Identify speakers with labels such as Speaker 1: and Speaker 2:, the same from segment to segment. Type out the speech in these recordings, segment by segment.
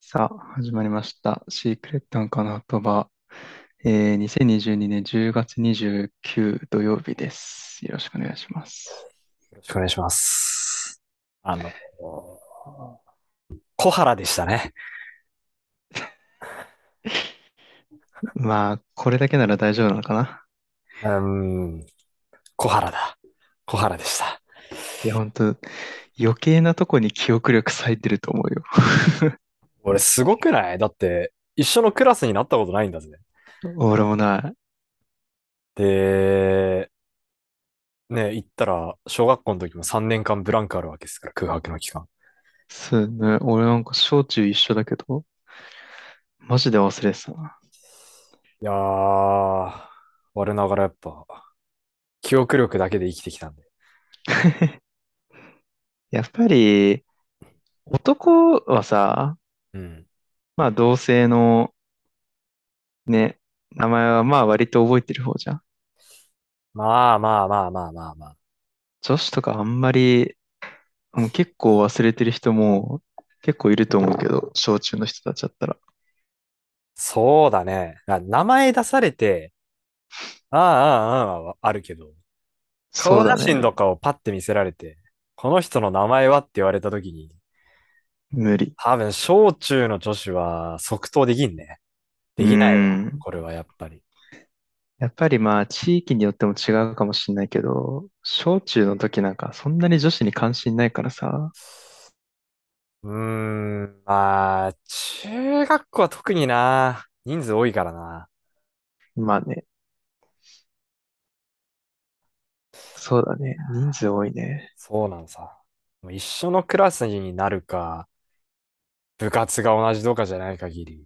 Speaker 1: さあ、始まりました。シークレットアンカーの言葉、えー、2022年10月29土曜日です。よろしくお願いします。
Speaker 2: よろしくお願いします。あの、小原でしたね。
Speaker 1: まあ、これだけなら大丈夫なのかな。
Speaker 2: うーん、小原だ。小原でした。
Speaker 1: いや、本当余計なとこに記憶力割いてると思うよ。
Speaker 2: 俺すごくないだって、一緒のクラスになったことないんだぜ。
Speaker 1: 俺もない。
Speaker 2: で、ね、行ったら、小学校の時も3年間ブランクあるわけですから、空白の期間。
Speaker 1: そうね。俺なんか小中一緒だけど、マジで忘れてたな。
Speaker 2: いやー、我ながらやっぱ、記憶力だけで生きてきたんで。
Speaker 1: やっぱり、男はさ、
Speaker 2: うん。
Speaker 1: まあ同性のね、名前はまあ割と覚えてる方じゃん。
Speaker 2: まあまあまあまあまあまあ。
Speaker 1: 女子とかあんまり、もう結構忘れてる人も結構いると思うけど、小中の人たちだったら。
Speaker 2: そうだね。な名前出されて、ああ、ああ、ああはあるけど、
Speaker 1: そう
Speaker 2: 顔
Speaker 1: だ
Speaker 2: 写
Speaker 1: ね
Speaker 2: 真。とかをパッて見せられて、この人の名前はって言われたときに、
Speaker 1: 無理。
Speaker 2: 多分小中の女子は即答できんね。できないうわ。
Speaker 1: ん
Speaker 2: これはやっぱり。
Speaker 1: やっぱりまあ地域によっても違うかもしれないけど、小中の時なんかそんなに女子に関心ないからさ。
Speaker 2: うーん、まあ、中学校は特にな、人数多いからな。
Speaker 1: まあね、そうだね。人数多いね。
Speaker 2: そうなのさ。もう一緒のクラスになるか、部活が同じとかじゃない限り、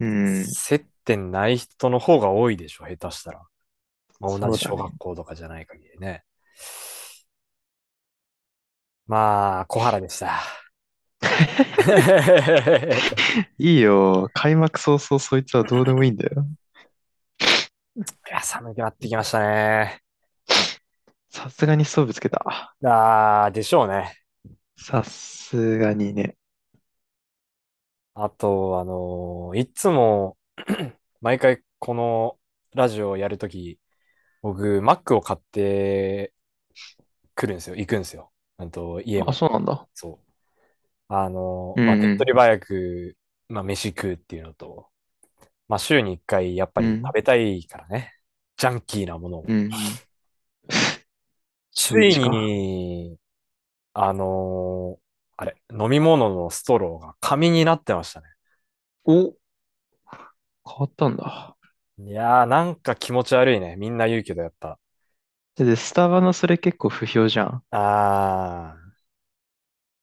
Speaker 1: うん、
Speaker 2: 接点ない人の方が多いでしょ、下手したら。まあ同
Speaker 1: そう
Speaker 2: じ
Speaker 1: だ
Speaker 2: 小
Speaker 1: ね。
Speaker 2: 学校とかじゃない限りね。まあ、小原で した。
Speaker 1: いいよ。開幕早々そいつはどうでもいいんだよ。
Speaker 2: いや、寒くなってきましたね。
Speaker 1: さすがにストーブつけた。
Speaker 2: ああ、でしょうね。
Speaker 1: さすがにね。
Speaker 2: あと、あのーいつも、 毎回このラジオをやるとき、僕、Mac を買ってくるんですよ。行くんですよ。うんと、家
Speaker 1: あ、
Speaker 2: まで。
Speaker 1: そうなんだ。
Speaker 2: そう。あの
Speaker 1: う
Speaker 2: ー、まあ、
Speaker 1: ん
Speaker 2: 手
Speaker 1: う
Speaker 2: っ
Speaker 1: ん。
Speaker 2: 取り早く、まあ、飯食うっていうのと、まあ、週に一回、やっぱ
Speaker 1: う
Speaker 2: り
Speaker 1: ん。
Speaker 2: 食べたいからね。ジャンキーなものを。
Speaker 1: うん。 週
Speaker 2: つい
Speaker 1: 一か。
Speaker 2: に、あのーあれ、飲み物のストローが紙になってましたね。
Speaker 1: お、変わったんだ。
Speaker 2: いやー、なんか気持ち悪いね。みんな言うけど、やっぱ。
Speaker 1: で、スタバのそれ結構不評じゃん。
Speaker 2: あ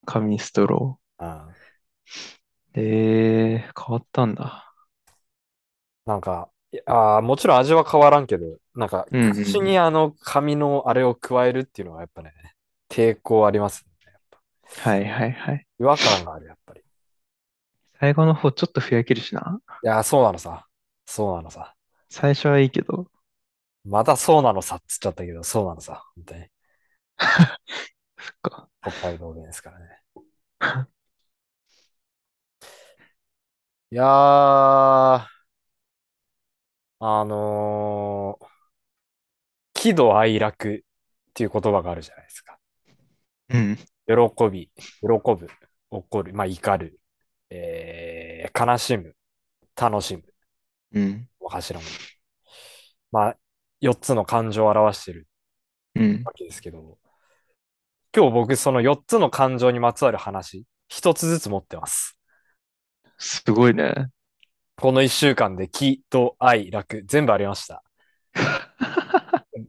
Speaker 1: 紙ストロ
Speaker 2: ーあー、
Speaker 1: ー。えー、変わったんだ。
Speaker 2: なんか、いやあー、もちろん味は変わらんけど、なんか、
Speaker 1: うんう
Speaker 2: 口
Speaker 1: ん。
Speaker 2: にあの紙のあれを加えるっていうのは、やっぱね、抵抗ありますね。やっぱ
Speaker 1: はいはいはい。
Speaker 2: 違和感がある、やっぱり。い
Speaker 1: 最後の方ちょっとふやけるしな。
Speaker 2: やー、そうなのさ。そうなのさ。
Speaker 1: 最初はいいけど。
Speaker 2: またそうなのさっつっちゃったけど、そうなのさ。本当に。
Speaker 1: そっか。
Speaker 2: 北海道弁ですからね。いやー、あのー喜怒哀楽っていう言葉があるじゃないですか。
Speaker 1: うん。
Speaker 2: 喜び、喜ぶ、怒る、まあ怒る、えー悲しむ、楽しむ
Speaker 1: うん。
Speaker 2: を柱に。まあ、4つの感情を表してる
Speaker 1: うん。
Speaker 2: わけですけど、今日僕その4つの感情にまつわる話、1つずつ持ってます。
Speaker 1: すごいね。
Speaker 2: この1週間で喜怒哀楽全部ありました。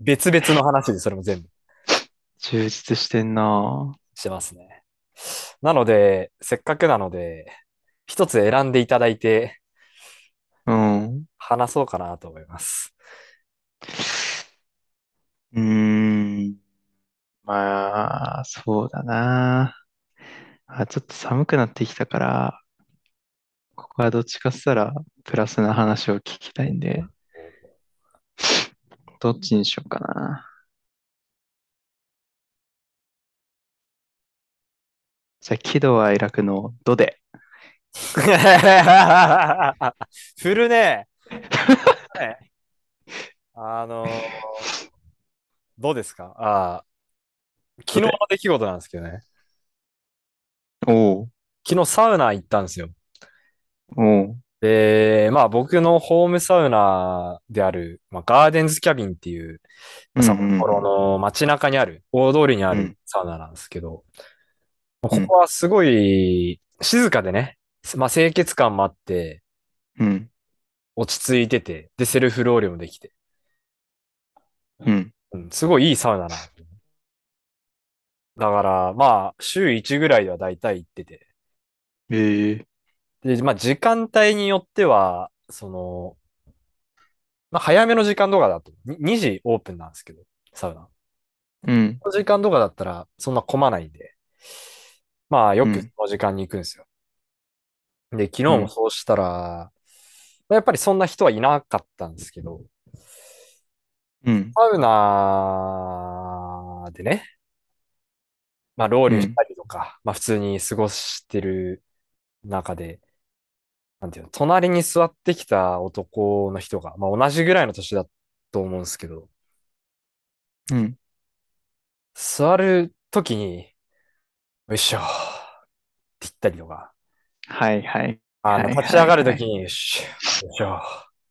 Speaker 2: 別々の話でそれも全部。
Speaker 1: 充実してんな。
Speaker 2: してますね。なので、せっかくなので、一つ選んでいただいて
Speaker 1: うん。
Speaker 2: 話そうかなと思います。
Speaker 1: うーん。まあ、そうだな。あ、ちょっと寒くなってきたから、ここはどっちかっつったら、プラスな話を聞きたいんで、 どっちにしようかな。じゃあ、喜怒哀楽のどで。
Speaker 2: 振るね。はいあのーどうですかあー昨日の出来事なんですけどね。
Speaker 1: おう、
Speaker 2: 昨日サウナ行ったんですよ。
Speaker 1: おう、
Speaker 2: で、まあ僕のホームサウナである、まあ、ガーデンズキャビンっていう、
Speaker 1: うん
Speaker 2: 札
Speaker 1: うん
Speaker 2: 幌の街中にある、大通りにあ
Speaker 1: う
Speaker 2: る
Speaker 1: ん
Speaker 2: サウナなんですけど、
Speaker 1: うん
Speaker 2: ここはすごい静かでね、まあ清潔感もあって、
Speaker 1: うん、
Speaker 2: 落ち着いてて、で、セルフロウリュもできて、
Speaker 1: うん、
Speaker 2: うん、すごいいいサウナなんだよね。だから、まあ、週1ぐらいでは大体行ってて、
Speaker 1: ええ、
Speaker 2: で、まあ時間帯によっては、その、まあ早めの時間とかだと、に2時オープンなんですけど、サウナ。
Speaker 1: うん、
Speaker 2: この時間とかだったら、そんな混まないんで、まあ、よ
Speaker 1: う
Speaker 2: く
Speaker 1: ん
Speaker 2: その時間に行くんですよ。で、昨日もそうしたら、まあやっぱりそんな人はいなかったんですけど、
Speaker 1: うん、
Speaker 2: サウナーでね、まあ、ロウリュしたりとか、まあ、普通に過ごしてる中で、なんていうの、隣に座ってきた男の人が、まあ、同じぐらいの年だと思うんですけど、
Speaker 1: うん、
Speaker 2: 座るときに、よいしょ、って言ったりとか、
Speaker 1: はい、はい、
Speaker 2: あの、
Speaker 1: はい
Speaker 2: 立ち上がるときに、よいしょ、よいしょ、って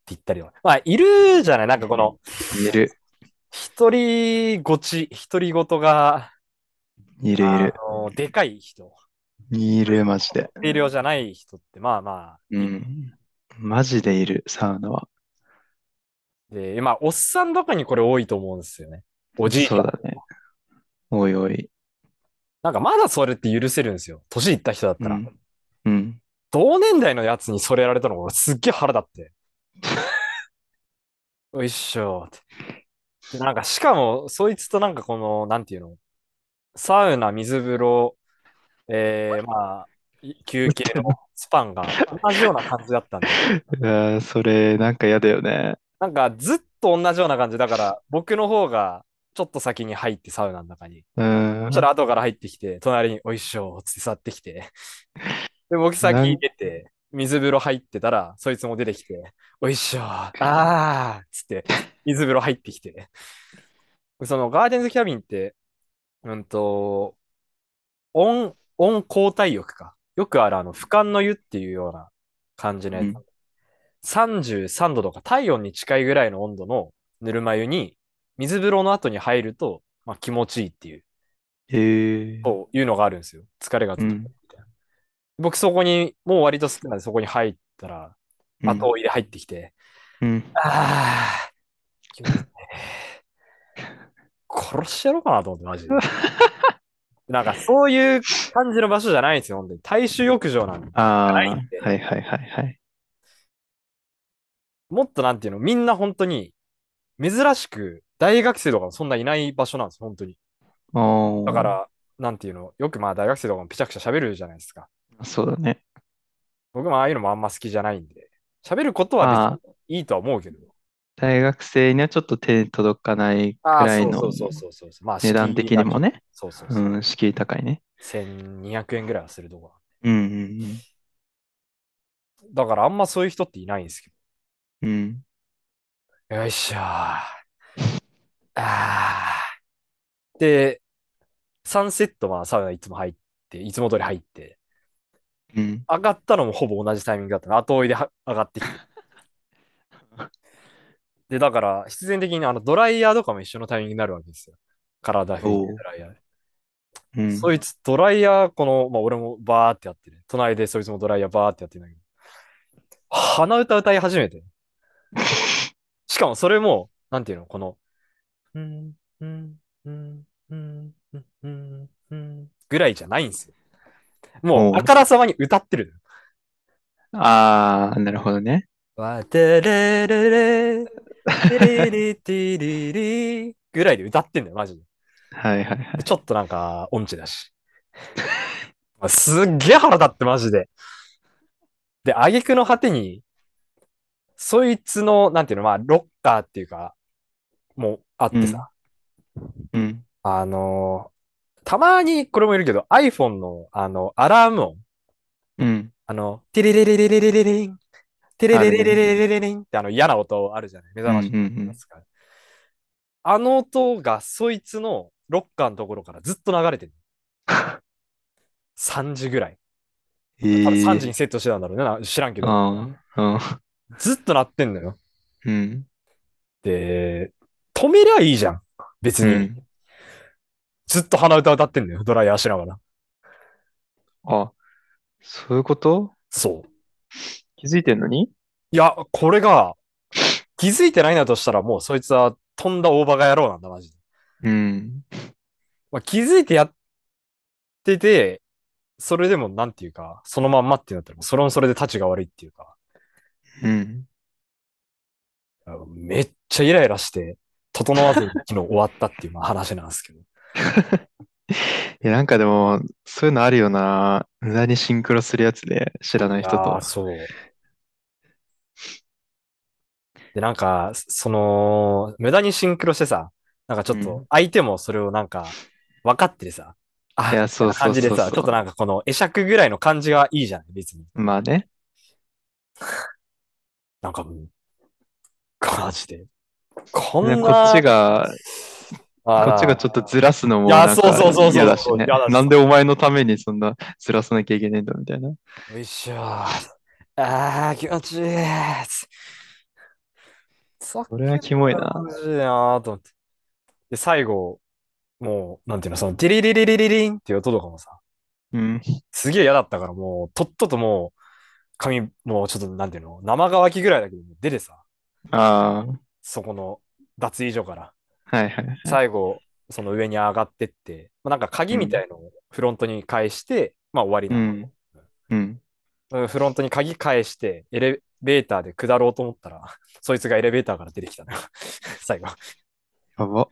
Speaker 2: 言ったりとか。まあ、いるじゃないなんかこの、
Speaker 1: いる、
Speaker 2: 一人ごち、一人ごとが、
Speaker 1: い
Speaker 2: あ
Speaker 1: る、いる、
Speaker 2: の、でかい人、
Speaker 1: いる、マジで。
Speaker 2: 定量じゃない人って、まあま
Speaker 1: うん。マジでいる、サウナは。
Speaker 2: あ、で、まあ、おっさんとかにこれ多いと思うんですよね。おじいちゃ。
Speaker 1: そうんだね。おいおい。
Speaker 2: なんかまだそれって許せるんですよ。年いった人だった
Speaker 1: う
Speaker 2: ら。
Speaker 1: ん。うん。
Speaker 2: 同年代のやつにそれやられたのが俺すっげえ腹立って。 よいしょって。でなんかしかもそいつとなんかこの、なんていうの、サウナ、水風呂、えー、まあ、い休憩のスパンが同じような感じだったんで、
Speaker 1: うわーそれ、なんか嫌だよね。
Speaker 2: なんかずっと同じような感じだから、僕の方がちょっと先に入ってサウナの中に。
Speaker 1: うん
Speaker 2: そし。たら後から入ってきて、隣においしょーっつって座ってきて。 で、僕先出て、水風呂入ってたら、そいつも出てきて、おいしょー、あーっつって、水風呂入ってきて。そのガーデンズキャビンって、うんと、温、温交代浴か。よくあるあの、俯瞰の湯っていうような感じのやつ。
Speaker 1: うん
Speaker 2: 33度とか体温に近いぐらいの温度のぬるま湯に、水風呂の後に入ると、まあ、気持ちいいっていう。
Speaker 1: ええ。
Speaker 2: こういうのがあるんですよ。疲れがつく
Speaker 1: う
Speaker 2: み
Speaker 1: ん
Speaker 2: たいな。僕そこに、もう割と好きなんでそこに入ったら、
Speaker 1: うん
Speaker 2: 後追いで入ってきて、
Speaker 1: うん。
Speaker 2: ああ、気持ちいいね。殺してやろうかなと思って、マジで。 なんかそういう感じの場所じゃないんですよ、本当に。大衆浴場なんで。
Speaker 1: ああ、は
Speaker 2: ない
Speaker 1: い
Speaker 2: んで
Speaker 1: はいはいはい。
Speaker 2: もっとなんていうの、みんな本当に、珍しく、大学生とかもそんないない場所なんですよ、本当に。
Speaker 1: おー
Speaker 2: だか、ら、なんていうの、よくまあ大学生とかもぺちゃくちゃ喋るじゃないですか。
Speaker 1: そうだね。
Speaker 2: 僕もああいうのもあんま好きじゃないんで、喋ることは別にいいとは思うけど。
Speaker 1: 大学生にはちょっと手届かないく
Speaker 2: ああ、
Speaker 1: らいの
Speaker 2: そうそうそうそうそう。まあ、
Speaker 1: 値段的にもね。
Speaker 2: 敷居が。そうそうそう。
Speaker 1: うん、敷居高いね。
Speaker 2: 1200円ぐらいはするとこ
Speaker 1: うん
Speaker 2: だからあんまそういう人っていないんですけ
Speaker 1: うんうん。うん。
Speaker 2: ど。よいしょー。ああ。で、3セットまあサウナいつも入って、いつも通り入って、
Speaker 1: うん。
Speaker 2: 上がったのもほぼ同じタイミングだったの。後追いでは上がっ てきて。で、だから必然的にあのドライヤーとかも一緒のタイミングになるわけですよ。体拭いてドライヤーで。
Speaker 1: うん。
Speaker 2: そいつ、ドライヤー、この、まあ、俺もバーってやってる。隣でそいつもドライヤーバーってやってるんだけど、鼻歌歌い始 めて。しかもそれも、なんていうの、この、うん、うん、うん、うん、うん、うん、うん、ぐらいじゃないんですよ。も
Speaker 1: お
Speaker 2: う、
Speaker 1: う
Speaker 2: あからさまに歌ってる。
Speaker 1: ああ、なるほどね。
Speaker 2: わてれれれ、てれれてれれ、ぐらいで歌ってんだよ、マジで。
Speaker 1: はいはいはい。
Speaker 2: ちょっとなんか、音痴だし。すっげえ腹立って、マジで。で、挙句の果てに、そいつの、なんていうの、まあ、ロッカーっていうか、もうあってさ、
Speaker 1: うん。
Speaker 2: あのーたまにこれもいるけど、iPhone の、あの、アラーム音、
Speaker 1: うん。
Speaker 2: あの、テレレレレレレレレン、テレレレレレレレレレンってあの嫌な音あるじゃない目
Speaker 1: う
Speaker 2: 覚
Speaker 1: ん
Speaker 2: ま
Speaker 1: う
Speaker 2: し
Speaker 1: んうん。
Speaker 2: ますかあの音がそいつのロッカーのところからずっと流れてる。3時ぐらい。
Speaker 1: え
Speaker 2: 多分
Speaker 1: え
Speaker 2: 3時にセットしてたんだろうねな。知らんけ
Speaker 1: う
Speaker 2: ど。
Speaker 1: ん。うん。
Speaker 2: ずっと鳴ってんのよ。
Speaker 1: うん。
Speaker 2: で、止めりゃいいじゃん。別
Speaker 1: う
Speaker 2: に。
Speaker 1: ん。
Speaker 2: ずっと鼻歌歌ってんのよ。ドライヤーしながら。
Speaker 1: あ、そういうこと
Speaker 2: そう。
Speaker 1: 気づいてんのに
Speaker 2: いや、これが、気づいてないなとしたら、もうそいつは飛んだ大バカ野郎なんだ、マジで。
Speaker 1: うん。
Speaker 2: まあ、気づいてやってて、それでも、なんていうか、そのまんまってなったら、それもそれで立ちが悪いっていうか、
Speaker 1: うん。
Speaker 2: めっちゃイライラして、整わずに昨日終わったっていうまあ話なんですけど。
Speaker 1: え、なんかでも、そういうのあるよな。無駄にシンクロするやつで、知らない 人
Speaker 2: あ
Speaker 1: と
Speaker 2: あ、。そう。で、なんか、その、無駄にシンクロしてさ、なんかちょっ
Speaker 1: う
Speaker 2: と
Speaker 1: ん、
Speaker 2: 相手もそれをなんか、分かっててさ、あ、
Speaker 1: いや、そうそ
Speaker 2: 感
Speaker 1: う
Speaker 2: じで
Speaker 1: そう
Speaker 2: さ、ちょっと
Speaker 1: そ
Speaker 2: なんかこの会釈ぐらいの感じがいいじゃん、別に。
Speaker 1: う。まあね。
Speaker 2: なんかもう、マジで。こん
Speaker 1: ね
Speaker 2: な、
Speaker 1: こっちが、
Speaker 2: あ
Speaker 1: こ
Speaker 2: ら
Speaker 1: っちがちょっとずらすのも
Speaker 2: いや
Speaker 1: なん
Speaker 2: そうそうそうそ
Speaker 1: か
Speaker 2: う
Speaker 1: 嫌だしね
Speaker 2: 嫌だ。し
Speaker 1: なんでお前のためにそんなずらさなきゃいけないんだみたいな。
Speaker 2: よいしょ。ああ、気持ちいい。さっ
Speaker 1: それはキモいな。
Speaker 2: マジでなーと思って。で、最後、もう、なんていうの、その、デリリリリリリンっていう音とかもさ、
Speaker 1: うん。
Speaker 2: すげえ嫌だったから、もう、とっとともう、髪、もうちょっと、なんていうの、生乾きぐらいだけど、出てさ、
Speaker 1: あ
Speaker 2: そこの脱衣所から。
Speaker 1: あ、はいはい。
Speaker 2: 最後、その上に上がってって、まあ、なんか鍵みたいのをフロントに返して、まあ終わり
Speaker 1: う
Speaker 2: なの
Speaker 1: ん。うん。
Speaker 2: うんフロントに鍵返して、エレベーターで下ろうと思ったら、 そいつがエレベーターから出てきたのよ 最後。
Speaker 1: やば。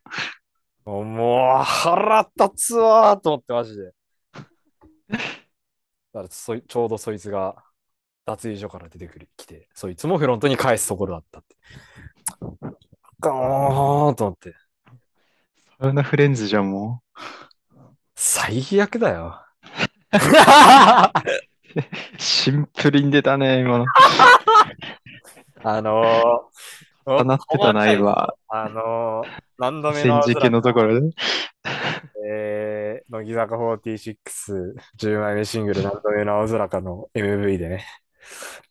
Speaker 2: もう、腹立つわーと思って、マジで。だからそいちょうどそいつが脱衣所から出てくるきて、そいつもフロントに返すところだったって。ガーンと思って、
Speaker 1: サウナフレンズじゃん、も
Speaker 2: 最悪だよ。
Speaker 1: う。シンプルに出たね、 今の。
Speaker 2: あのー、
Speaker 1: 放ってたな、今。
Speaker 2: あのー、何度目
Speaker 1: 戦
Speaker 2: の青
Speaker 1: 時
Speaker 2: 空
Speaker 1: 系のところで。
Speaker 2: えー、乃木坂46、10枚目シングル、何度目の青空かの MV でね、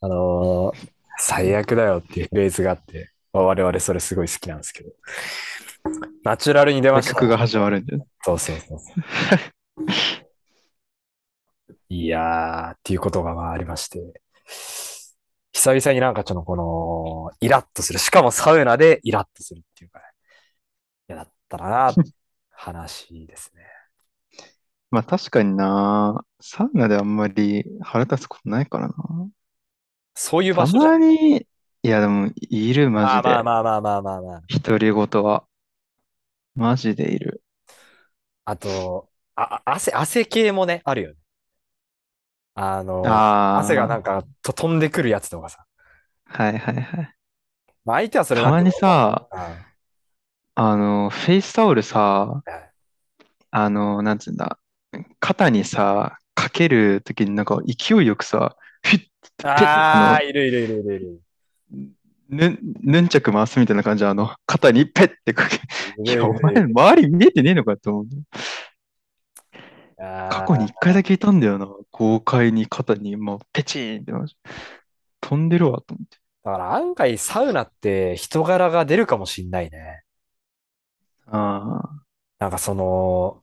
Speaker 2: あのー、最悪だよっていうフレーズがあって、まあ我々それすごい好きなんですけど、ナチュラルに出ました。
Speaker 1: 曲が始まるんだよね。
Speaker 2: そうそうそうそう。いやー、っていうことがまあありまして、久々になんかちょっとこの、イラッとする。しかもサウナでイラッとするっていうか、ね、嫌だったなーって話ですね。
Speaker 1: まあ確かにな、サウナであんまり腹立つことないからな。
Speaker 2: そういう場
Speaker 1: た
Speaker 2: 所じゃん
Speaker 1: まに、いやでも、いる、マ
Speaker 2: まあ
Speaker 1: ジで
Speaker 2: ま。あまあまあまあまあまあ。
Speaker 1: 独り言は。マジでいる。
Speaker 2: あと、あ、あ汗、汗系もね、あるよね。あの、
Speaker 1: ああ。
Speaker 2: 汗がなんか、と飛んでくるやつとかさ。
Speaker 1: はいはいはい。
Speaker 2: まあ、相手はそれ
Speaker 1: た
Speaker 2: な
Speaker 1: ま
Speaker 2: ん
Speaker 1: に
Speaker 2: て
Speaker 1: さ、
Speaker 2: うん
Speaker 1: あの、フェイスタオルさ、
Speaker 2: はい
Speaker 1: あの、なんつうんだ、肩にさ、かけるときになんか勢いよくさ、フィッてペッ
Speaker 2: あ
Speaker 1: あ
Speaker 2: あ、いるいるいるいるいる。
Speaker 1: の、ぬ、ヌンチャク回すみたいな感じで、あの、肩にペッてかけ、
Speaker 2: い
Speaker 1: い
Speaker 2: るい
Speaker 1: や、お
Speaker 2: る
Speaker 1: 前、
Speaker 2: いる
Speaker 1: 周り見えてねえのかって思う。
Speaker 2: あ
Speaker 1: 過
Speaker 2: ー
Speaker 1: 去に一回だけいたんだよな。豪快に肩に、もう、ペチーンってなって飛んでるわ、と思って。
Speaker 2: だから案外サウナって人柄が出るかもしんないね。
Speaker 1: ああ、
Speaker 2: なんかその、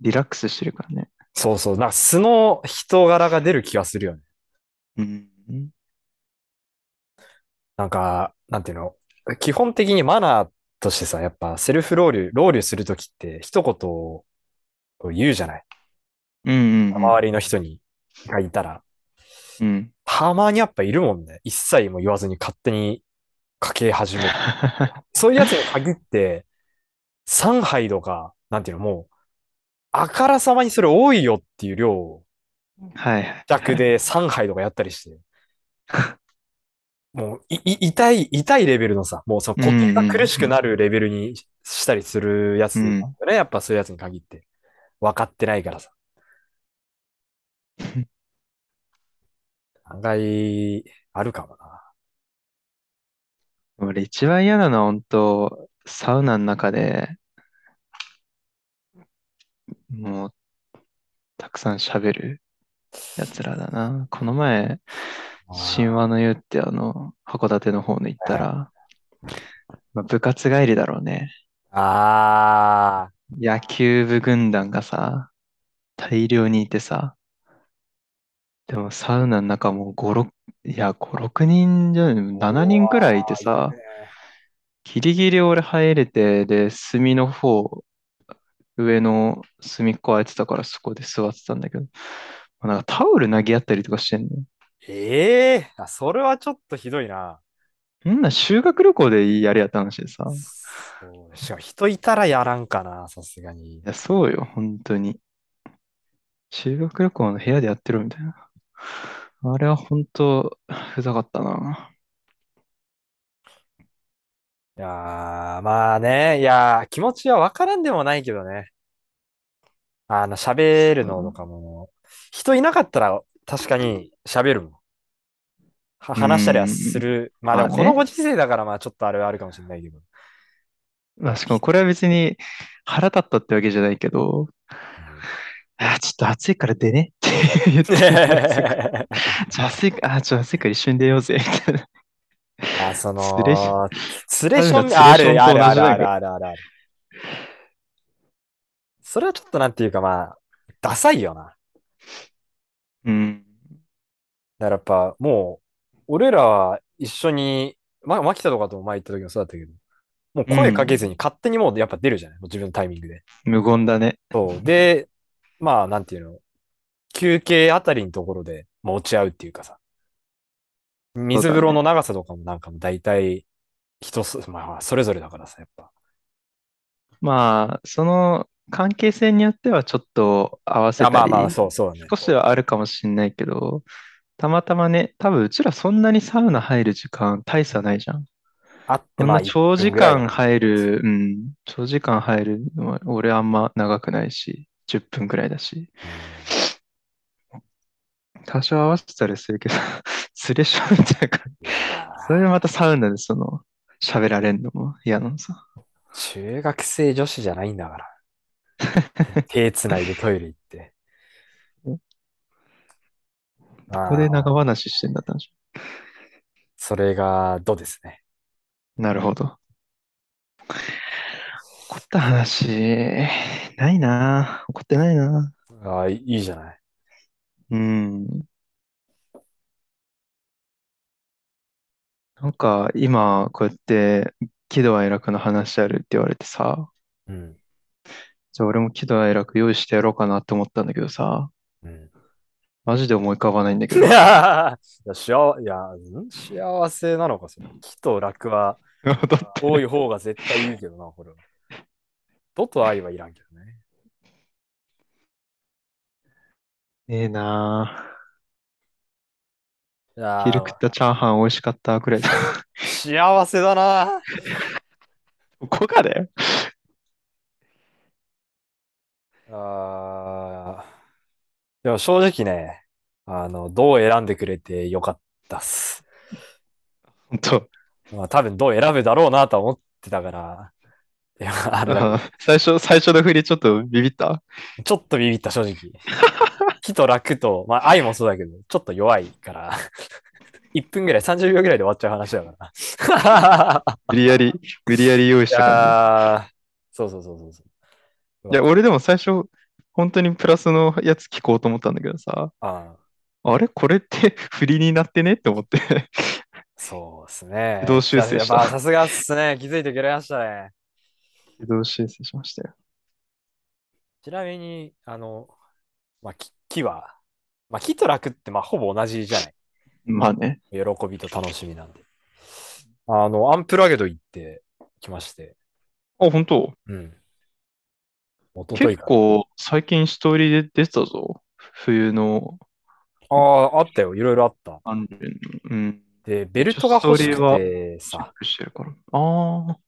Speaker 1: リラックスしてるからね。
Speaker 2: そうそう、なんか素の人柄が出る気がするよね。
Speaker 1: うん。
Speaker 2: なんか、なんていうの、基本的にマナーとしてさ、やっぱセルフロウリュ、ロウリュするときって一言を言うじゃない。
Speaker 1: うんうん
Speaker 2: 周りの人に、がいたら。
Speaker 1: うん。うん。
Speaker 2: たまにやっぱいるもんね。一切も言わずに勝手にかけ始める。そういうやつに限って、3杯とか、なんていうの、もう、あからさまにそれ多いよっていう量を
Speaker 1: はいはい。
Speaker 2: 弱で3杯とかやったりして。もうい、い痛い、痛いレベルのさ、もうその呼吸が苦しくなるレベルにしたりするやつなんだよね。やっぱそういうやつに限って。 分かってないからさ。案外、あるかもな。
Speaker 1: 俺一番嫌なのは本当、サウナの中でもうたくさん喋るやつらだな。この前、神
Speaker 2: あ
Speaker 1: 話の湯ってあの、函館の方に行ったら、まあ、部活帰りだろうね。
Speaker 2: あ
Speaker 1: 野球部軍団がさ、大量にいてさ、でもサウナの中も5、6、いや、5、6人じゃない、
Speaker 2: ー、
Speaker 1: 7人くらいいてさ、ギリギリ俺入れて、で、隅の方、上の隅っこ空いてたからそこで座ってたんだけど、まあなんかタオル投げ合ったりとかしてんのよ。
Speaker 2: ええー、あ、それはちょっとひどいな。
Speaker 1: そんな修学旅行でやれやった話でさ。い
Speaker 2: そう、しかも人いたらやらんかな、さすがに。
Speaker 1: や、そうよ、本当に。修学旅行の部屋でやってるみたいな。あれは本当、ふざかったな。
Speaker 2: いやー、まあね、いやー、気持ちはわからんでもないけどね。あの、喋るのとかも、人いなかったら確かに喋るもん。は
Speaker 1: う
Speaker 2: 話したりはす
Speaker 1: ん。
Speaker 2: る。まあで
Speaker 1: ま
Speaker 2: も
Speaker 1: あ
Speaker 2: この
Speaker 1: ね。
Speaker 2: ご時世だからまあちょっとあれはあるかもしれな いけど。
Speaker 1: まあ、しかもこれは別に腹立ったってわけじゃないけど、
Speaker 2: うん
Speaker 1: あー、ちょっと暑いから出ねって言ってる やつが、ちょ、暑い、あー、ちょ、暑いから一緒に出ようぜ、みたいな。
Speaker 2: あ、そ
Speaker 1: ツレシ、
Speaker 2: の、ツレ
Speaker 1: サ
Speaker 2: シ
Speaker 1: ウ
Speaker 2: ョ
Speaker 1: ナ
Speaker 2: ン、
Speaker 1: ツ
Speaker 2: あ、
Speaker 1: レ
Speaker 2: あ
Speaker 1: ショ
Speaker 2: る
Speaker 1: ン
Speaker 2: あ
Speaker 1: と
Speaker 2: る
Speaker 1: 同
Speaker 2: あ
Speaker 1: じ
Speaker 2: る
Speaker 1: だ
Speaker 2: あ
Speaker 1: け
Speaker 2: る
Speaker 1: ど。
Speaker 2: あるあるある。それはちょっとなんていうかまあ、ダサいよな。
Speaker 1: うん。
Speaker 2: だからやっぱもう、俺らは一緒に、ま、マキタとかとも前行った時もそうだったけど、もう
Speaker 1: う
Speaker 2: 声かけ
Speaker 1: ん。
Speaker 2: ずに勝手にもうやっぱ出るじゃないもう自分のタイミングで。
Speaker 1: 無言だね。
Speaker 2: そう。で、まあなんていうの、休憩あたりのところで持ち合うっていうかさ、
Speaker 1: そう
Speaker 2: 水
Speaker 1: だ
Speaker 2: 風呂の
Speaker 1: ね。
Speaker 2: 長さとかもなんかも大体人そ、まあそれぞれだからさ、やっぱ。
Speaker 1: まあ、その関係性によってはちょっと合わせ
Speaker 2: あ、
Speaker 1: た
Speaker 2: まあまあ、そう
Speaker 1: り、
Speaker 2: そうだね。
Speaker 1: 少しはあるかもしんないけど、たまたまね、多分うちらそんなにサウナ入る時間大差ないじゃん。
Speaker 2: あって
Speaker 1: そん
Speaker 2: まあ
Speaker 1: な
Speaker 2: 1
Speaker 1: 長
Speaker 2: 分
Speaker 1: 時
Speaker 2: ぐらいだ
Speaker 1: 間
Speaker 2: もん
Speaker 1: 入
Speaker 2: ね。
Speaker 1: る、うん、長時間入るのは俺あんま長くないし、10分くらいだし、
Speaker 2: うん。
Speaker 1: 多少合わせたりするけど、 釣れちゃうんじゃうから。
Speaker 2: いや
Speaker 1: それで
Speaker 2: ー
Speaker 1: またサウナでその、喋られんのも嫌なのさ。
Speaker 2: 中学生女子じゃないんだから。手つないでトイレ行って。
Speaker 1: どこで長
Speaker 2: ああ、
Speaker 1: 話してんだったんでしょ
Speaker 2: それが、どうですね。
Speaker 1: う。なるほど。怒った話、ないな。怒ってないな。
Speaker 2: ああ、いいいじゃない。
Speaker 1: うん。なんか、今、こうやって、喜怒哀楽の話あるって言われてさ、
Speaker 2: うん。
Speaker 1: じゃあ俺も喜怒哀楽用意してやろうかなって思ったんだけどさ、
Speaker 2: うん。
Speaker 1: マジで思い浮かばないんだけ
Speaker 2: い
Speaker 1: ど。
Speaker 2: やー、幸、いや、ん幸せなのか、それ。喜と楽は、
Speaker 1: だっ
Speaker 2: 多い
Speaker 1: て
Speaker 2: 方が絶対いいけどな、これは。どと愛はいらんけどね。
Speaker 1: ねえなあ。
Speaker 2: い
Speaker 1: 昼
Speaker 2: や
Speaker 1: 食っ
Speaker 2: ー、
Speaker 1: たチャーハン美味しかったくらいだ。
Speaker 2: 幸せだな。
Speaker 1: ここがだよ。
Speaker 2: あーでも正直ね、あの、どう選んでくれてよかったっす。
Speaker 1: ほんと。
Speaker 2: まあ多分どう選ぶだろうなとは思ってたから、いや、あれだけ
Speaker 1: あー最初、最初の振りちょっとビビった。
Speaker 2: ど、ちょっとビビった、正直。 喜と楽と、まあ愛もそうだけど、ちょっと弱いから、1分ぐらい、30秒ぐらいで終わっちゃう話だから。
Speaker 1: 無理やり、無理やり用意
Speaker 2: い
Speaker 1: した感じ。
Speaker 2: やー、そうそうそうそうそう。う
Speaker 1: いや、
Speaker 2: わ
Speaker 1: 俺でも最初、本当にプラスのやつ聞こうと思ったんだけどさ、
Speaker 2: あ
Speaker 1: あれこれって 振りになってねって思って
Speaker 2: ー、そうです
Speaker 1: 軌道
Speaker 2: ね。
Speaker 1: 修
Speaker 2: さ
Speaker 1: 正
Speaker 2: す、やっ
Speaker 1: し
Speaker 2: ぱさ
Speaker 1: た。
Speaker 2: すがっすね。気づいてくれましたね。
Speaker 1: 軌道修正しましたよ。
Speaker 2: ちなみに、あの、まあ、き喜は、まあ、喜と楽ってまあほぼ同じじゃない。
Speaker 1: まあね。
Speaker 2: 喜びと楽しみなんで。あの、アンプラゲド行ってきまして。
Speaker 1: あ、本当。
Speaker 2: うん。一昨
Speaker 1: 結
Speaker 2: 日か
Speaker 1: 構最近ストーリーで出てたぞ。冬の
Speaker 2: な。ああ、あったよ。いろいろあった。
Speaker 1: アンデンの。うん。
Speaker 2: で、ベル
Speaker 1: 一応
Speaker 2: トが
Speaker 1: スト
Speaker 2: 欲
Speaker 1: ー
Speaker 2: し
Speaker 1: リー
Speaker 2: く
Speaker 1: は
Speaker 2: て
Speaker 1: チェッ
Speaker 2: さ、
Speaker 1: クしてるから。あ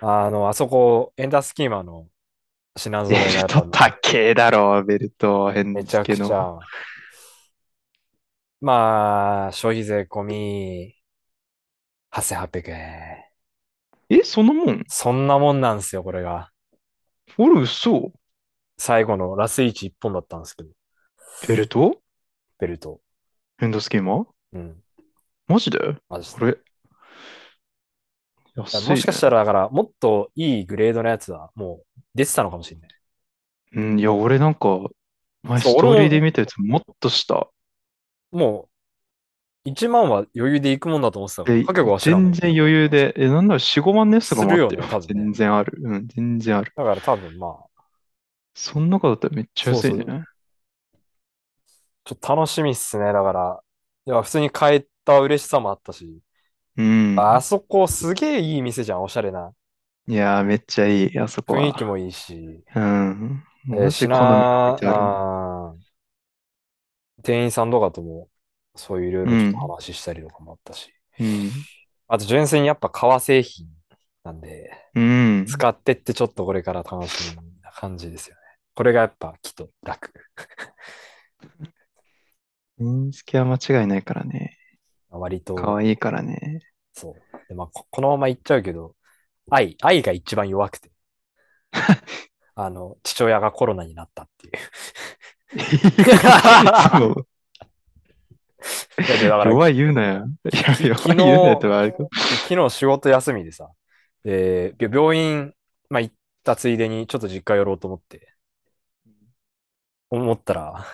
Speaker 1: あ。
Speaker 2: あの、あそこ、エンダースキーマの品
Speaker 1: ベ
Speaker 2: 揃えが
Speaker 1: ル
Speaker 2: やっ
Speaker 1: ト
Speaker 2: ぱ
Speaker 1: 高えだろ、ベルト。変
Speaker 2: めち
Speaker 1: 付
Speaker 2: ゃく
Speaker 1: け
Speaker 2: ち
Speaker 1: の。
Speaker 2: ゃ、まあ、消費税込み、8800円。
Speaker 1: え、そのもん
Speaker 2: そんなもんなんですよ、これが。
Speaker 1: 俺、嘘
Speaker 2: 最後のラスイチ一本だったんですけど、
Speaker 1: ベルト
Speaker 2: ベルト。
Speaker 1: エンドスキーマ
Speaker 2: うん。
Speaker 1: マジで
Speaker 2: マジで
Speaker 1: これ。
Speaker 2: だから
Speaker 1: 安
Speaker 2: も
Speaker 1: いね
Speaker 2: しかしたら、だから、もっといいグレードのやつは、もう出てたのかもしれない。
Speaker 1: うん、いや、俺なんか、前
Speaker 2: そう
Speaker 1: ストーリ
Speaker 2: 俺
Speaker 1: ー
Speaker 2: も
Speaker 1: で見たやつもっとした。
Speaker 2: もう、1万は余裕で行くもんだと思ってたから、
Speaker 1: え
Speaker 2: 覚悟はしてた
Speaker 1: 全
Speaker 2: んだけど
Speaker 1: 然余裕で、え、なんなら4、5万のやつとかもあった
Speaker 2: するよね多分ね
Speaker 1: 全然ある。うん、全然ある。
Speaker 2: だから多分まあ、
Speaker 1: そん中だったらめっちゃ安い
Speaker 2: そうそ
Speaker 1: ね。
Speaker 2: ちょっと楽しみっすね。だから、いや、普通に買えた嬉しさもあったし、
Speaker 1: うん。
Speaker 2: あそこすげえいい店じゃん、おしゃれな。
Speaker 1: いやー、めっちゃいい、あそこ
Speaker 2: 雰囲
Speaker 1: は。
Speaker 2: 気もいいし、
Speaker 1: うん。
Speaker 2: え
Speaker 1: マ
Speaker 2: ー、
Speaker 1: ジ
Speaker 2: 品、
Speaker 1: 好みの店あるな
Speaker 2: あー店員さんとかとも、そういういろいろちょっと話したりとかもあったし、
Speaker 1: うん。
Speaker 2: あと純粋にやっぱ革製品なんで、
Speaker 1: うん。
Speaker 2: 使ってってちょっとこれから楽しみな感じですよね。これがやっぱきっと楽。
Speaker 1: 人気は間違いないからね。
Speaker 2: 割と、
Speaker 1: 可愛いからね。
Speaker 2: そう。でまあ、ここのままいっちゃうけど、愛、愛が一番弱 くて。あの、父親がコロナになったっていう。
Speaker 1: そう。
Speaker 2: だってだから
Speaker 1: 弱い言うなよ。いや、
Speaker 2: 昨
Speaker 1: 弱い言
Speaker 2: 日
Speaker 1: うなよとかあるけど。
Speaker 2: 昨日仕事休みでさ、で、び病院、まあ、行ったついでにちょっと実家寄ろうと思って、思ったら、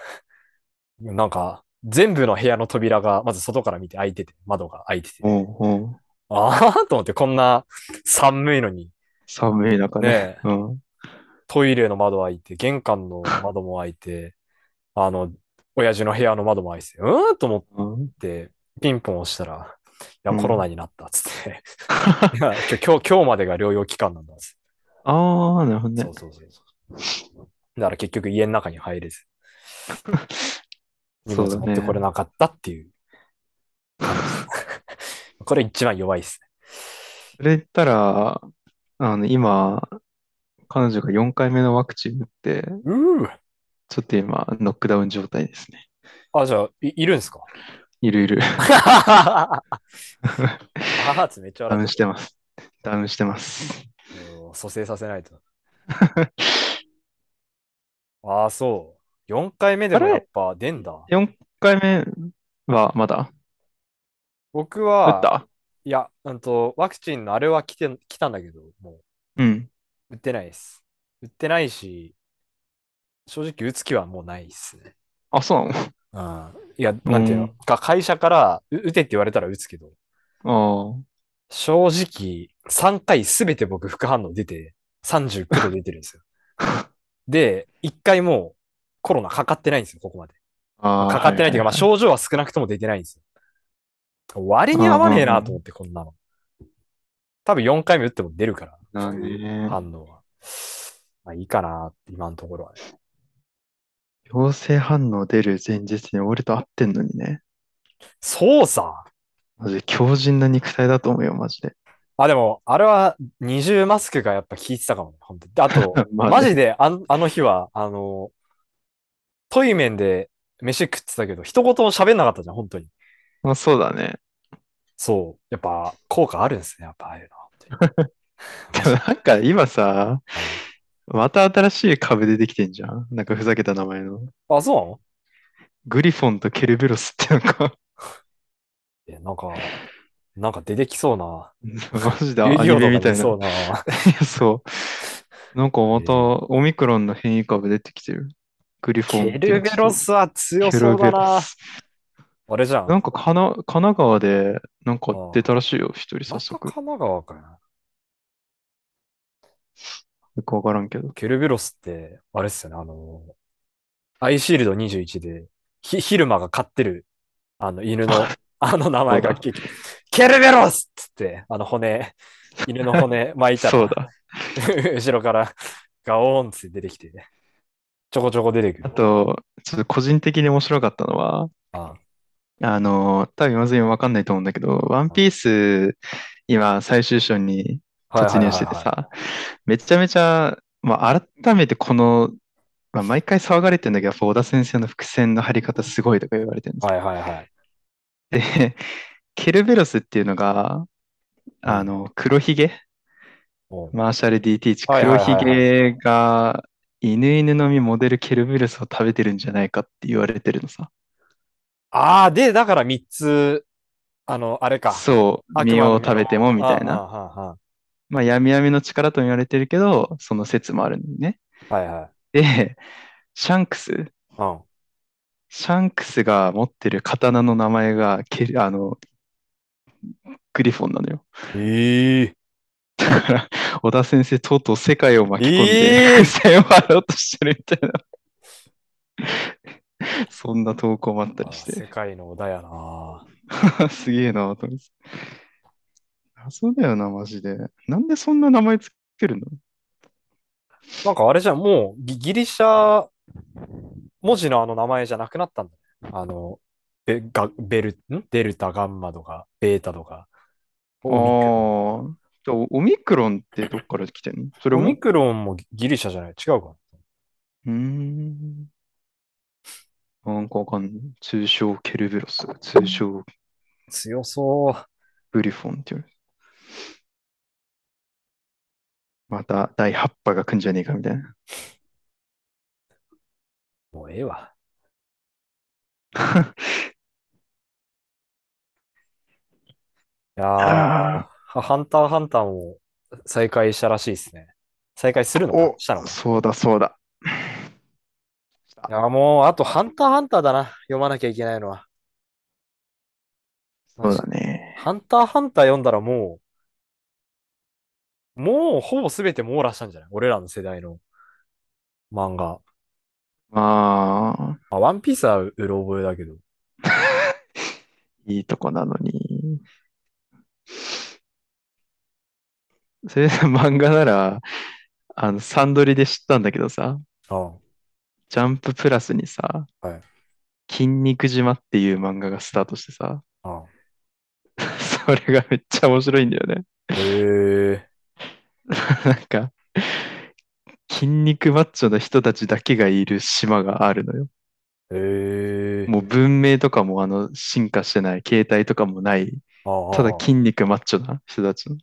Speaker 2: なんか、全部の部屋の扉が、まず外から見て開いてて、窓が開いてて、
Speaker 1: おうおう
Speaker 2: ああと思って、こんな寒いのに、
Speaker 1: 寒い中ね。うん。
Speaker 2: トイレの窓開いて、玄関の窓も開いて、あの、親父の部屋の窓も開いてて、うーんと思っ
Speaker 1: うん
Speaker 2: て、ピンポン押したら、いや、
Speaker 1: うん
Speaker 2: コロナになったっつ って、いや今日、今日今日までが療養期間なんだっつって。
Speaker 1: ああ、なるほど
Speaker 2: そ
Speaker 1: ね
Speaker 2: う。そうそうそう。だから結局家の中に入れ ず、荷
Speaker 1: そう
Speaker 2: 物
Speaker 1: だ
Speaker 2: 持って
Speaker 1: ね。
Speaker 2: これなかったって いう。これ一番弱いっすね。
Speaker 1: それ言ったら、あの、今、彼女が4回目のワクチン打って、
Speaker 2: うー
Speaker 1: ちょっと今、ノックダウン状態ですね。
Speaker 2: あ、じゃあ、いいるんす か
Speaker 1: いるいる。
Speaker 2: ハーツめっちゃ
Speaker 1: ダウ
Speaker 2: 笑っ
Speaker 1: ンしてます。ダウンしてます。
Speaker 2: てる。蘇生させないと。ああ、そう。4回目でも
Speaker 1: あれ
Speaker 2: やっぱ出んだ。
Speaker 1: 4回目はまだ
Speaker 2: 僕
Speaker 1: 打っ
Speaker 2: は、
Speaker 1: た
Speaker 2: いや、うんと、ワクチンのあれは来て、来たんだけど、もう。
Speaker 1: うん。
Speaker 2: 売ってないです。売ってないし、正直打つ気はもうないですね。
Speaker 1: あ、そうな
Speaker 2: うん。いや、なんていうのか、会社からう打てって言われたら打つけど、
Speaker 1: の
Speaker 2: 正直3回すべて僕副反応出て39度出てるんですよ。で、1回もうコロナかかってないんですよ、ここまで。
Speaker 1: ああ。ああ。
Speaker 2: かかってないというか、まあ
Speaker 1: は
Speaker 2: 症状は少なくとも出てないんですよ。割に合わねえなと思って、こんなの。多分4回目打っても出るから、
Speaker 1: いはいなるほどね。
Speaker 2: 反応は。まあいいかなって、今のところはね。
Speaker 1: 陽性反応出る前日に俺と会ってんのにね。
Speaker 2: そうさ。
Speaker 1: マジで強靭な肉体だと思うよ、マジで。、
Speaker 2: あ、でも、あれは二重マスクがやっぱ効いてたかもね、本当に。であと
Speaker 1: まあね
Speaker 2: マジであん、あの日は、あの、トイメンで飯食ってたけど、一言も喋んなかったじゃん、本当に。
Speaker 1: まあそうだね。
Speaker 2: そう。やっぱ、効果あるんですね、やっぱ、ああいうのは本当に。
Speaker 1: なんか今さ、また新しい株出てきてんじゃんなんかふざけた名前の。
Speaker 2: あ、そうなの
Speaker 1: グリフォンとケルベロスってなん か、
Speaker 2: え、なんか、なんか出てきそうな。
Speaker 1: マジで
Speaker 2: レ
Speaker 1: ア
Speaker 2: ディ
Speaker 1: ニ
Speaker 2: オ
Speaker 1: メ
Speaker 2: と
Speaker 1: みたい
Speaker 2: か出
Speaker 1: な。
Speaker 2: そうな。
Speaker 1: いや そう。なんかまたオミクロンの変異株出てきてる。グリフォン
Speaker 2: ケ
Speaker 1: ってや
Speaker 2: ル
Speaker 1: つ
Speaker 2: ベ
Speaker 1: と
Speaker 2: ロスは強
Speaker 1: ケ
Speaker 2: そ
Speaker 1: ル
Speaker 2: う
Speaker 1: ベ
Speaker 2: だ
Speaker 1: ロ
Speaker 2: な。
Speaker 1: ス。
Speaker 2: あれじゃん。
Speaker 1: なんかかな神奈川でなんか出たらしいよ、一人早
Speaker 2: また
Speaker 1: 速
Speaker 2: 神。奈川かな。
Speaker 1: よくわからんけど。
Speaker 2: ケルベロスって、あれっすよね、あの、アイシールド21で、ひ、ヒルマが飼ってる、あの、 犬の、あの名前が、
Speaker 1: そ
Speaker 2: ケケルベロスっつって、あの骨、犬の骨巻いた
Speaker 1: そう
Speaker 2: ら、
Speaker 1: だ。
Speaker 2: 後ろから、ガオーンって出てきて、ちょこちょこ出てく
Speaker 1: あ
Speaker 2: る。
Speaker 1: と、ちょっと個人的に面白かったのは、
Speaker 2: あ
Speaker 1: あの、多分今全然わかんないと思うんだけど、ワンピース、今最終章に
Speaker 2: はい
Speaker 1: 突
Speaker 2: はいはい
Speaker 1: 入
Speaker 2: はい
Speaker 1: しててさ、めちゃめちゃ、まあ、改めてこの、まあ、毎回騒がれてんだけど、やっぱ小田先生の伏線の張り方すごいとか言われてるんですよ
Speaker 2: はいはいはい。
Speaker 1: で、ケルベロスっていうのが、
Speaker 2: う
Speaker 1: あ
Speaker 2: ん。
Speaker 1: の、黒ひげ、
Speaker 2: おう
Speaker 1: マーシャル DT1、
Speaker 2: はい
Speaker 1: 黒
Speaker 2: はい
Speaker 1: ひ
Speaker 2: はいはい。
Speaker 1: げが、犬犬の実モデルケルベロスを食べてるんじゃないかって言われてるのさ。
Speaker 2: ああ、で、だから3つ、あの、あれか。
Speaker 1: そう、
Speaker 2: 悪
Speaker 1: 実
Speaker 2: 魔
Speaker 1: を
Speaker 2: の実
Speaker 1: 食べて
Speaker 2: を、
Speaker 1: もみ
Speaker 2: は
Speaker 1: たい
Speaker 2: あは
Speaker 1: な。
Speaker 2: あはあは
Speaker 1: まあ、闇闇の力とも言われてるけど、その説もあるのね。
Speaker 2: あ。はいはい。
Speaker 1: で、シャンクス、
Speaker 2: うん。
Speaker 1: シャンクスが持ってる刀の名前がケル、あの、グリフォンなのよ。
Speaker 2: ええ
Speaker 1: だから、小田先生、とうとう世界を巻き込んで、
Speaker 2: ええ
Speaker 1: 線を張ろうとしてるみたいな、 そんな投稿もあったり
Speaker 2: あ
Speaker 1: し
Speaker 2: ー世
Speaker 1: て、
Speaker 2: 界の小田やな。
Speaker 1: すげえなと思って。謎だよな、マジで。なんでそんな名前つけるの
Speaker 2: なんかあれじゃん、もうギ、ギリシャ文字のあの名前じゃなくなったんだね。あの、ベ、ガ、ベル、んデルタ、ガンマとか、ベータとか、
Speaker 1: あ
Speaker 2: オミクロ
Speaker 1: あ、
Speaker 2: ン。
Speaker 1: じゃあオミクロンってどっから来てんのそれ
Speaker 2: オミ
Speaker 1: も
Speaker 2: クロンもギギリシャじゃない違うか
Speaker 1: うーん。なんかわかんない。通称ケルベロス、通称
Speaker 2: な強そう。
Speaker 1: グリフォンっていう。また第8波が来んじゃねえかみたいな。
Speaker 2: もうええわ。いやー、
Speaker 1: ああ、
Speaker 2: ハハンターハンターも再開したらしいですね。再開するのか
Speaker 1: お、
Speaker 2: したのか
Speaker 1: そうだそうだ。
Speaker 2: いやー、もう、あと、ハンターハンターだな。読まなきゃいけないのは。マ
Speaker 1: そう
Speaker 2: ジ
Speaker 1: だ
Speaker 2: で。
Speaker 1: ね。
Speaker 2: ハンターハンター読んだらもう、もうほぼ全て網羅したんじゃない俺らの世代の漫画。
Speaker 1: まあ、
Speaker 2: まあ、ワンピースはうろ覚えだけど。
Speaker 1: いいとこなのに。それで漫画なら、あの、サンドリで知ったんだけどさ、
Speaker 2: あ
Speaker 1: ジャンププラスにさ、
Speaker 2: あ、はい。
Speaker 1: 筋肉島っていう漫画がスタートしてさ、
Speaker 2: ああ。
Speaker 1: それがめっちゃ面白いんだよね。
Speaker 2: へえ。
Speaker 1: なんか、筋肉マッチョの人たちだけがいる島があるのよ。
Speaker 2: へえ。
Speaker 1: もう文明とかもあの進化してない、携帯とかもない、
Speaker 2: あ
Speaker 1: ただ
Speaker 2: あ、あ
Speaker 1: 筋肉マッチョな人たちの。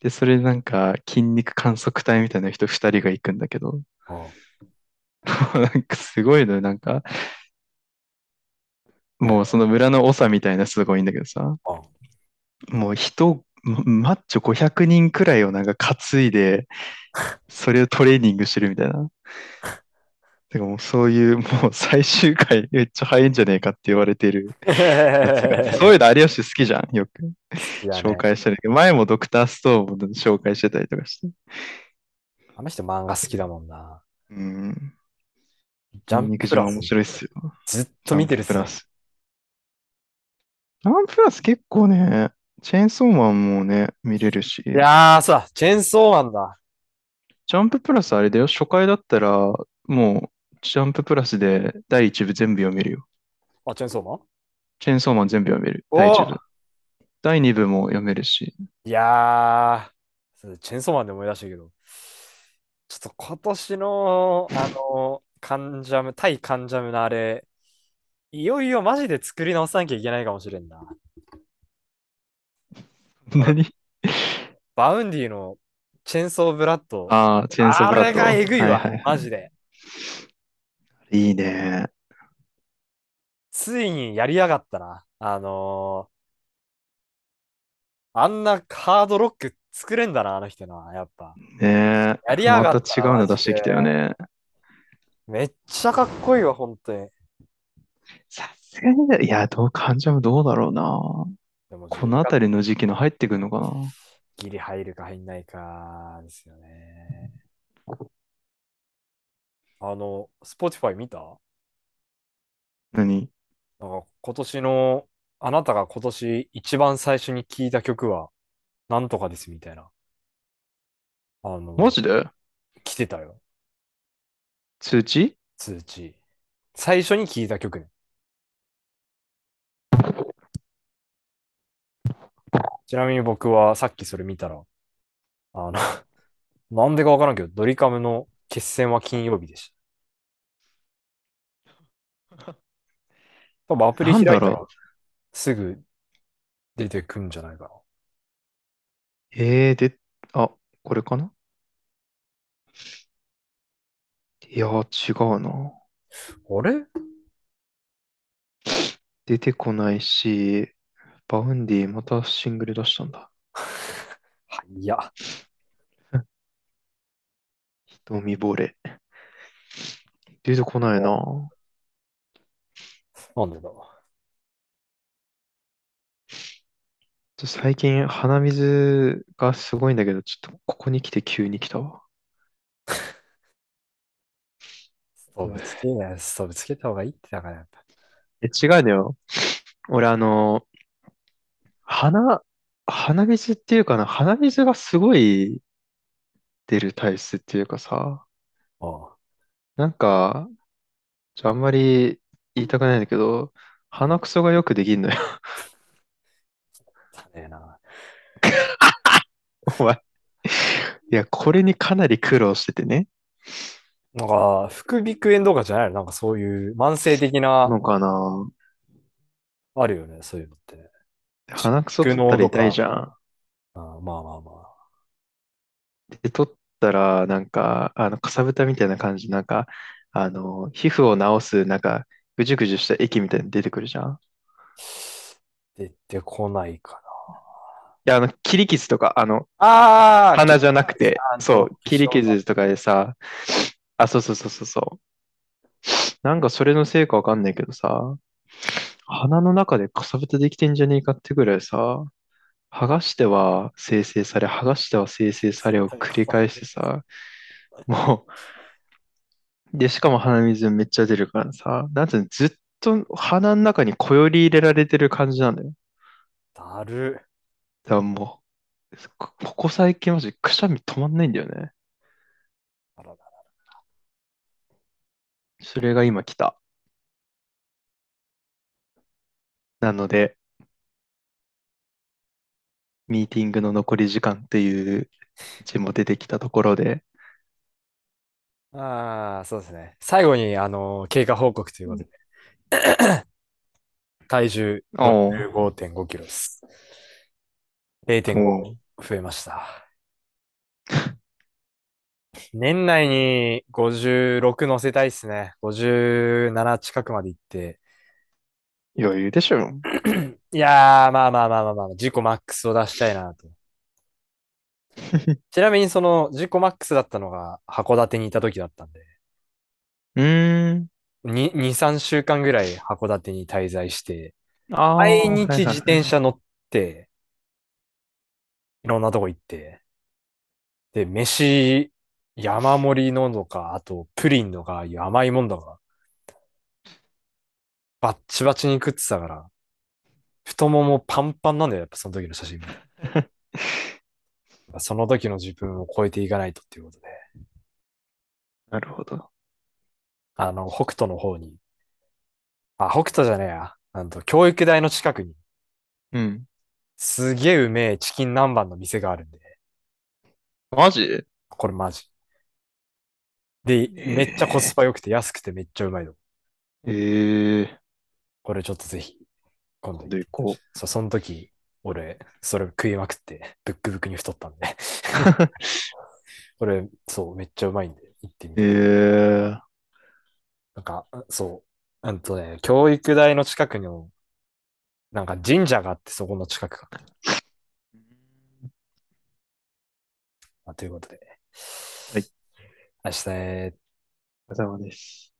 Speaker 1: で、それでなんか筋肉観測隊みたいな人2人が行くんだけど、
Speaker 2: あ、ああ。
Speaker 1: なんかすごいのよ、なんか、もうその村の長みたいな人がいいんだけどさ、
Speaker 2: ああ
Speaker 1: もう人、ママッチョ500人くらいをなんか担いで、それをトレーニングしてるみたいな。てかもうそういうもう最終回めっちゃ早いんじゃねえかって言われて るやつがいて、そういう
Speaker 2: 好
Speaker 1: の有吉好きじゃん、よく
Speaker 2: きだ
Speaker 1: 紹
Speaker 2: ね。
Speaker 1: 介してるけど、前もドクターストーンも紹介してたりとかして。
Speaker 2: あの人漫画好きだもんな。
Speaker 1: うん。
Speaker 2: ジャ
Speaker 1: 筋
Speaker 2: ンプ
Speaker 1: 肉
Speaker 2: プ
Speaker 1: 島
Speaker 2: ラス
Speaker 1: 面白いっすよ。
Speaker 2: ずっ
Speaker 1: ジ
Speaker 2: と
Speaker 1: ャ
Speaker 2: 見
Speaker 1: ン
Speaker 2: て
Speaker 1: プ
Speaker 2: るっ
Speaker 1: プ
Speaker 2: す
Speaker 1: ラ
Speaker 2: ね。
Speaker 1: ス。ジャンププラス結構ね、チェーンソーマンもね、見れるし、
Speaker 2: いやーさ、チェーンソーマンだ。
Speaker 1: ジャンププラスあれだよ、初回だったら、もう、ジャンププラスで第一部全部読めるよ。
Speaker 2: あ、チェーンソーマン
Speaker 1: チェーンソーマン全部読める、第一
Speaker 2: お
Speaker 1: 部。第二部も読める し、
Speaker 2: いやー、チェーンソーマンで思い出したけど、ちょっと今年の、あの、関ジャム、対関ジャムのあれ、いよいよマジで作り直さなきゃいけないかもしれんな。あの、
Speaker 1: 何
Speaker 2: バウンディのチェーンソーブラッド、
Speaker 1: ああ、チェーンソー
Speaker 2: あ
Speaker 1: ブラッ
Speaker 2: れ
Speaker 1: ド。
Speaker 2: が
Speaker 1: は
Speaker 2: え
Speaker 1: い
Speaker 2: ぐい
Speaker 1: はい
Speaker 2: わ、
Speaker 1: は
Speaker 2: マジで。
Speaker 1: い。いいね。
Speaker 2: ついにやりやがったな。あのーあんなハードロック作れんだな、あの人な、やっぱ。
Speaker 1: ねえ。
Speaker 2: やりや
Speaker 1: ま
Speaker 2: が
Speaker 1: た
Speaker 2: っ
Speaker 1: 違
Speaker 2: たな、
Speaker 1: うの
Speaker 2: マ
Speaker 1: 出
Speaker 2: ジ
Speaker 1: してきたよ
Speaker 2: で。
Speaker 1: ね。
Speaker 2: めっちゃかっこいいわ、本当に。
Speaker 1: さすがにね、いや、どう、患者もどうだろうな。
Speaker 2: でも
Speaker 1: こ
Speaker 2: 10
Speaker 1: のあ
Speaker 2: 月
Speaker 1: たりの時期の入ってくるのかな。
Speaker 2: ギリ入るか入んないかですよね。あの、Spotify 見た
Speaker 1: 何
Speaker 2: なんか今年の、あなたが今年一番最初に聴いた曲はなんとかですみたいな。あ
Speaker 1: マ
Speaker 2: の、
Speaker 1: ジで
Speaker 2: 来てたよ。
Speaker 1: 通知
Speaker 2: 通知。最初に聴いた曲ね。ちなみに僕はさっきそれ見たら、あの、 なんでかわからんけど、ドリカムの決戦は金曜日でした。多分アプリ
Speaker 1: なん
Speaker 2: 開
Speaker 1: だ
Speaker 2: いた
Speaker 1: ろ
Speaker 2: ら、すぐ出てくんじゃないかな。
Speaker 1: えー、で、あ、これかないやー、違うな。
Speaker 2: あれ
Speaker 1: 出てこないし、バウンディまたシングル出したんだ。
Speaker 2: はいや。
Speaker 1: 瞳惚れ。出てこないな。
Speaker 2: なんでだろ
Speaker 1: ちょ最近鼻水がすごいんだけど、ちょっとここに来て急に来たわ。
Speaker 2: う。ストーブつけない、ストーブつけた方がいいってだからやっぱ。
Speaker 1: え、違うのよ。俺あの、鼻、鼻水っていうかな、鼻水がすごい出る体質っていうかさ、
Speaker 2: ああ。
Speaker 1: なんか、ちょあんまり言いたくないんだけど、鼻くそがよくできんのよ。
Speaker 2: 汚ねえな。
Speaker 1: お前。いや、これにかなり苦労しててね。
Speaker 2: なんか、副鼻腔炎とかじゃないのなんかそういう慢性的な、
Speaker 1: のかな。
Speaker 2: あるよね、そういうのってね。
Speaker 1: 鼻くそ取ったら痛いじゃん。
Speaker 2: ああまあまあまあ。
Speaker 1: で、取ったら、なんか、あの、かさぶたみたいな感じ、なんか、あの、皮膚を治す、なんか、ぐじゅぐじゅした液みたいに出てくるじゃん。
Speaker 2: 出てこないか
Speaker 1: いや、あの、切り傷とか、あの、
Speaker 2: な。ああ
Speaker 1: 鼻じゃなくて、
Speaker 2: あの
Speaker 1: そう、切り傷とかでさ、あ、そうそうそうそうそう。なんか、それのせいかわかんないけどさ、鼻の中でかさぶたできてんじゃねえかってぐらいさ、剥がしては生成され、剥がしては生成されを繰り返してさ、もう、で、しかも鼻水めっちゃ出るからさ、なんていうの、ずっと鼻の中にこより入れられてる感じなんだよ。
Speaker 2: だる。
Speaker 1: だからもう、こここ最近マジくしゃみ止まんないんだよね。
Speaker 2: あらら
Speaker 1: それが今来た。なので、ミーティングの残り時間っていう字も出てきたところで、
Speaker 2: ああ、そうですね。最後に、あの、経過報告ということで。体重
Speaker 1: おう
Speaker 2: 5 5キロです。0.5増えました。年内に56乗せたいですね。57近くまで行って。
Speaker 1: 余裕でしょ。
Speaker 2: いやー、まあまあまあまあまあ、自己マックスを出したいなと。ちなみにその自己マックスだったのが函館にいた時だったんで。
Speaker 1: うーん。
Speaker 2: 2、3週間ぐらい函館に滞在して、
Speaker 1: あー
Speaker 2: 毎日自
Speaker 1: はいはいは
Speaker 2: 転
Speaker 1: い
Speaker 2: 車乗って、いろんなとこ行って、で、飯、山盛りのとか、あとプリンとか、甘いもんとか、バッチバチに食ってたから、太ももパンパンなんだよ、やっぱその時の 写真見て。その時の自分を超えていかないとっていうことで、
Speaker 1: なるほど。
Speaker 2: あの、北斗の方に、あ、北斗じゃねえや、なんと、教育大の近くに、
Speaker 1: うん。
Speaker 2: すげえうめえチキン南蛮の店があるんで、
Speaker 1: マジ
Speaker 2: これマジ。で、
Speaker 1: えー
Speaker 2: めっちゃコスパ良くて安くてめっちゃうまいの。
Speaker 1: ええ
Speaker 2: これちょっとぜひ、今度
Speaker 1: 今度行こ
Speaker 2: そう、その時、俺、それ食いまくって、ブックブックに太った んで、これ、そう、めっちゃうまいんで、行ってみ
Speaker 1: え
Speaker 2: て。
Speaker 1: え
Speaker 2: なんか、そう、うんとね、教育大の近くの、なんか神社があって、そこの近くかな。まあということで、
Speaker 1: はい
Speaker 2: 明日、
Speaker 1: お疲れ様です。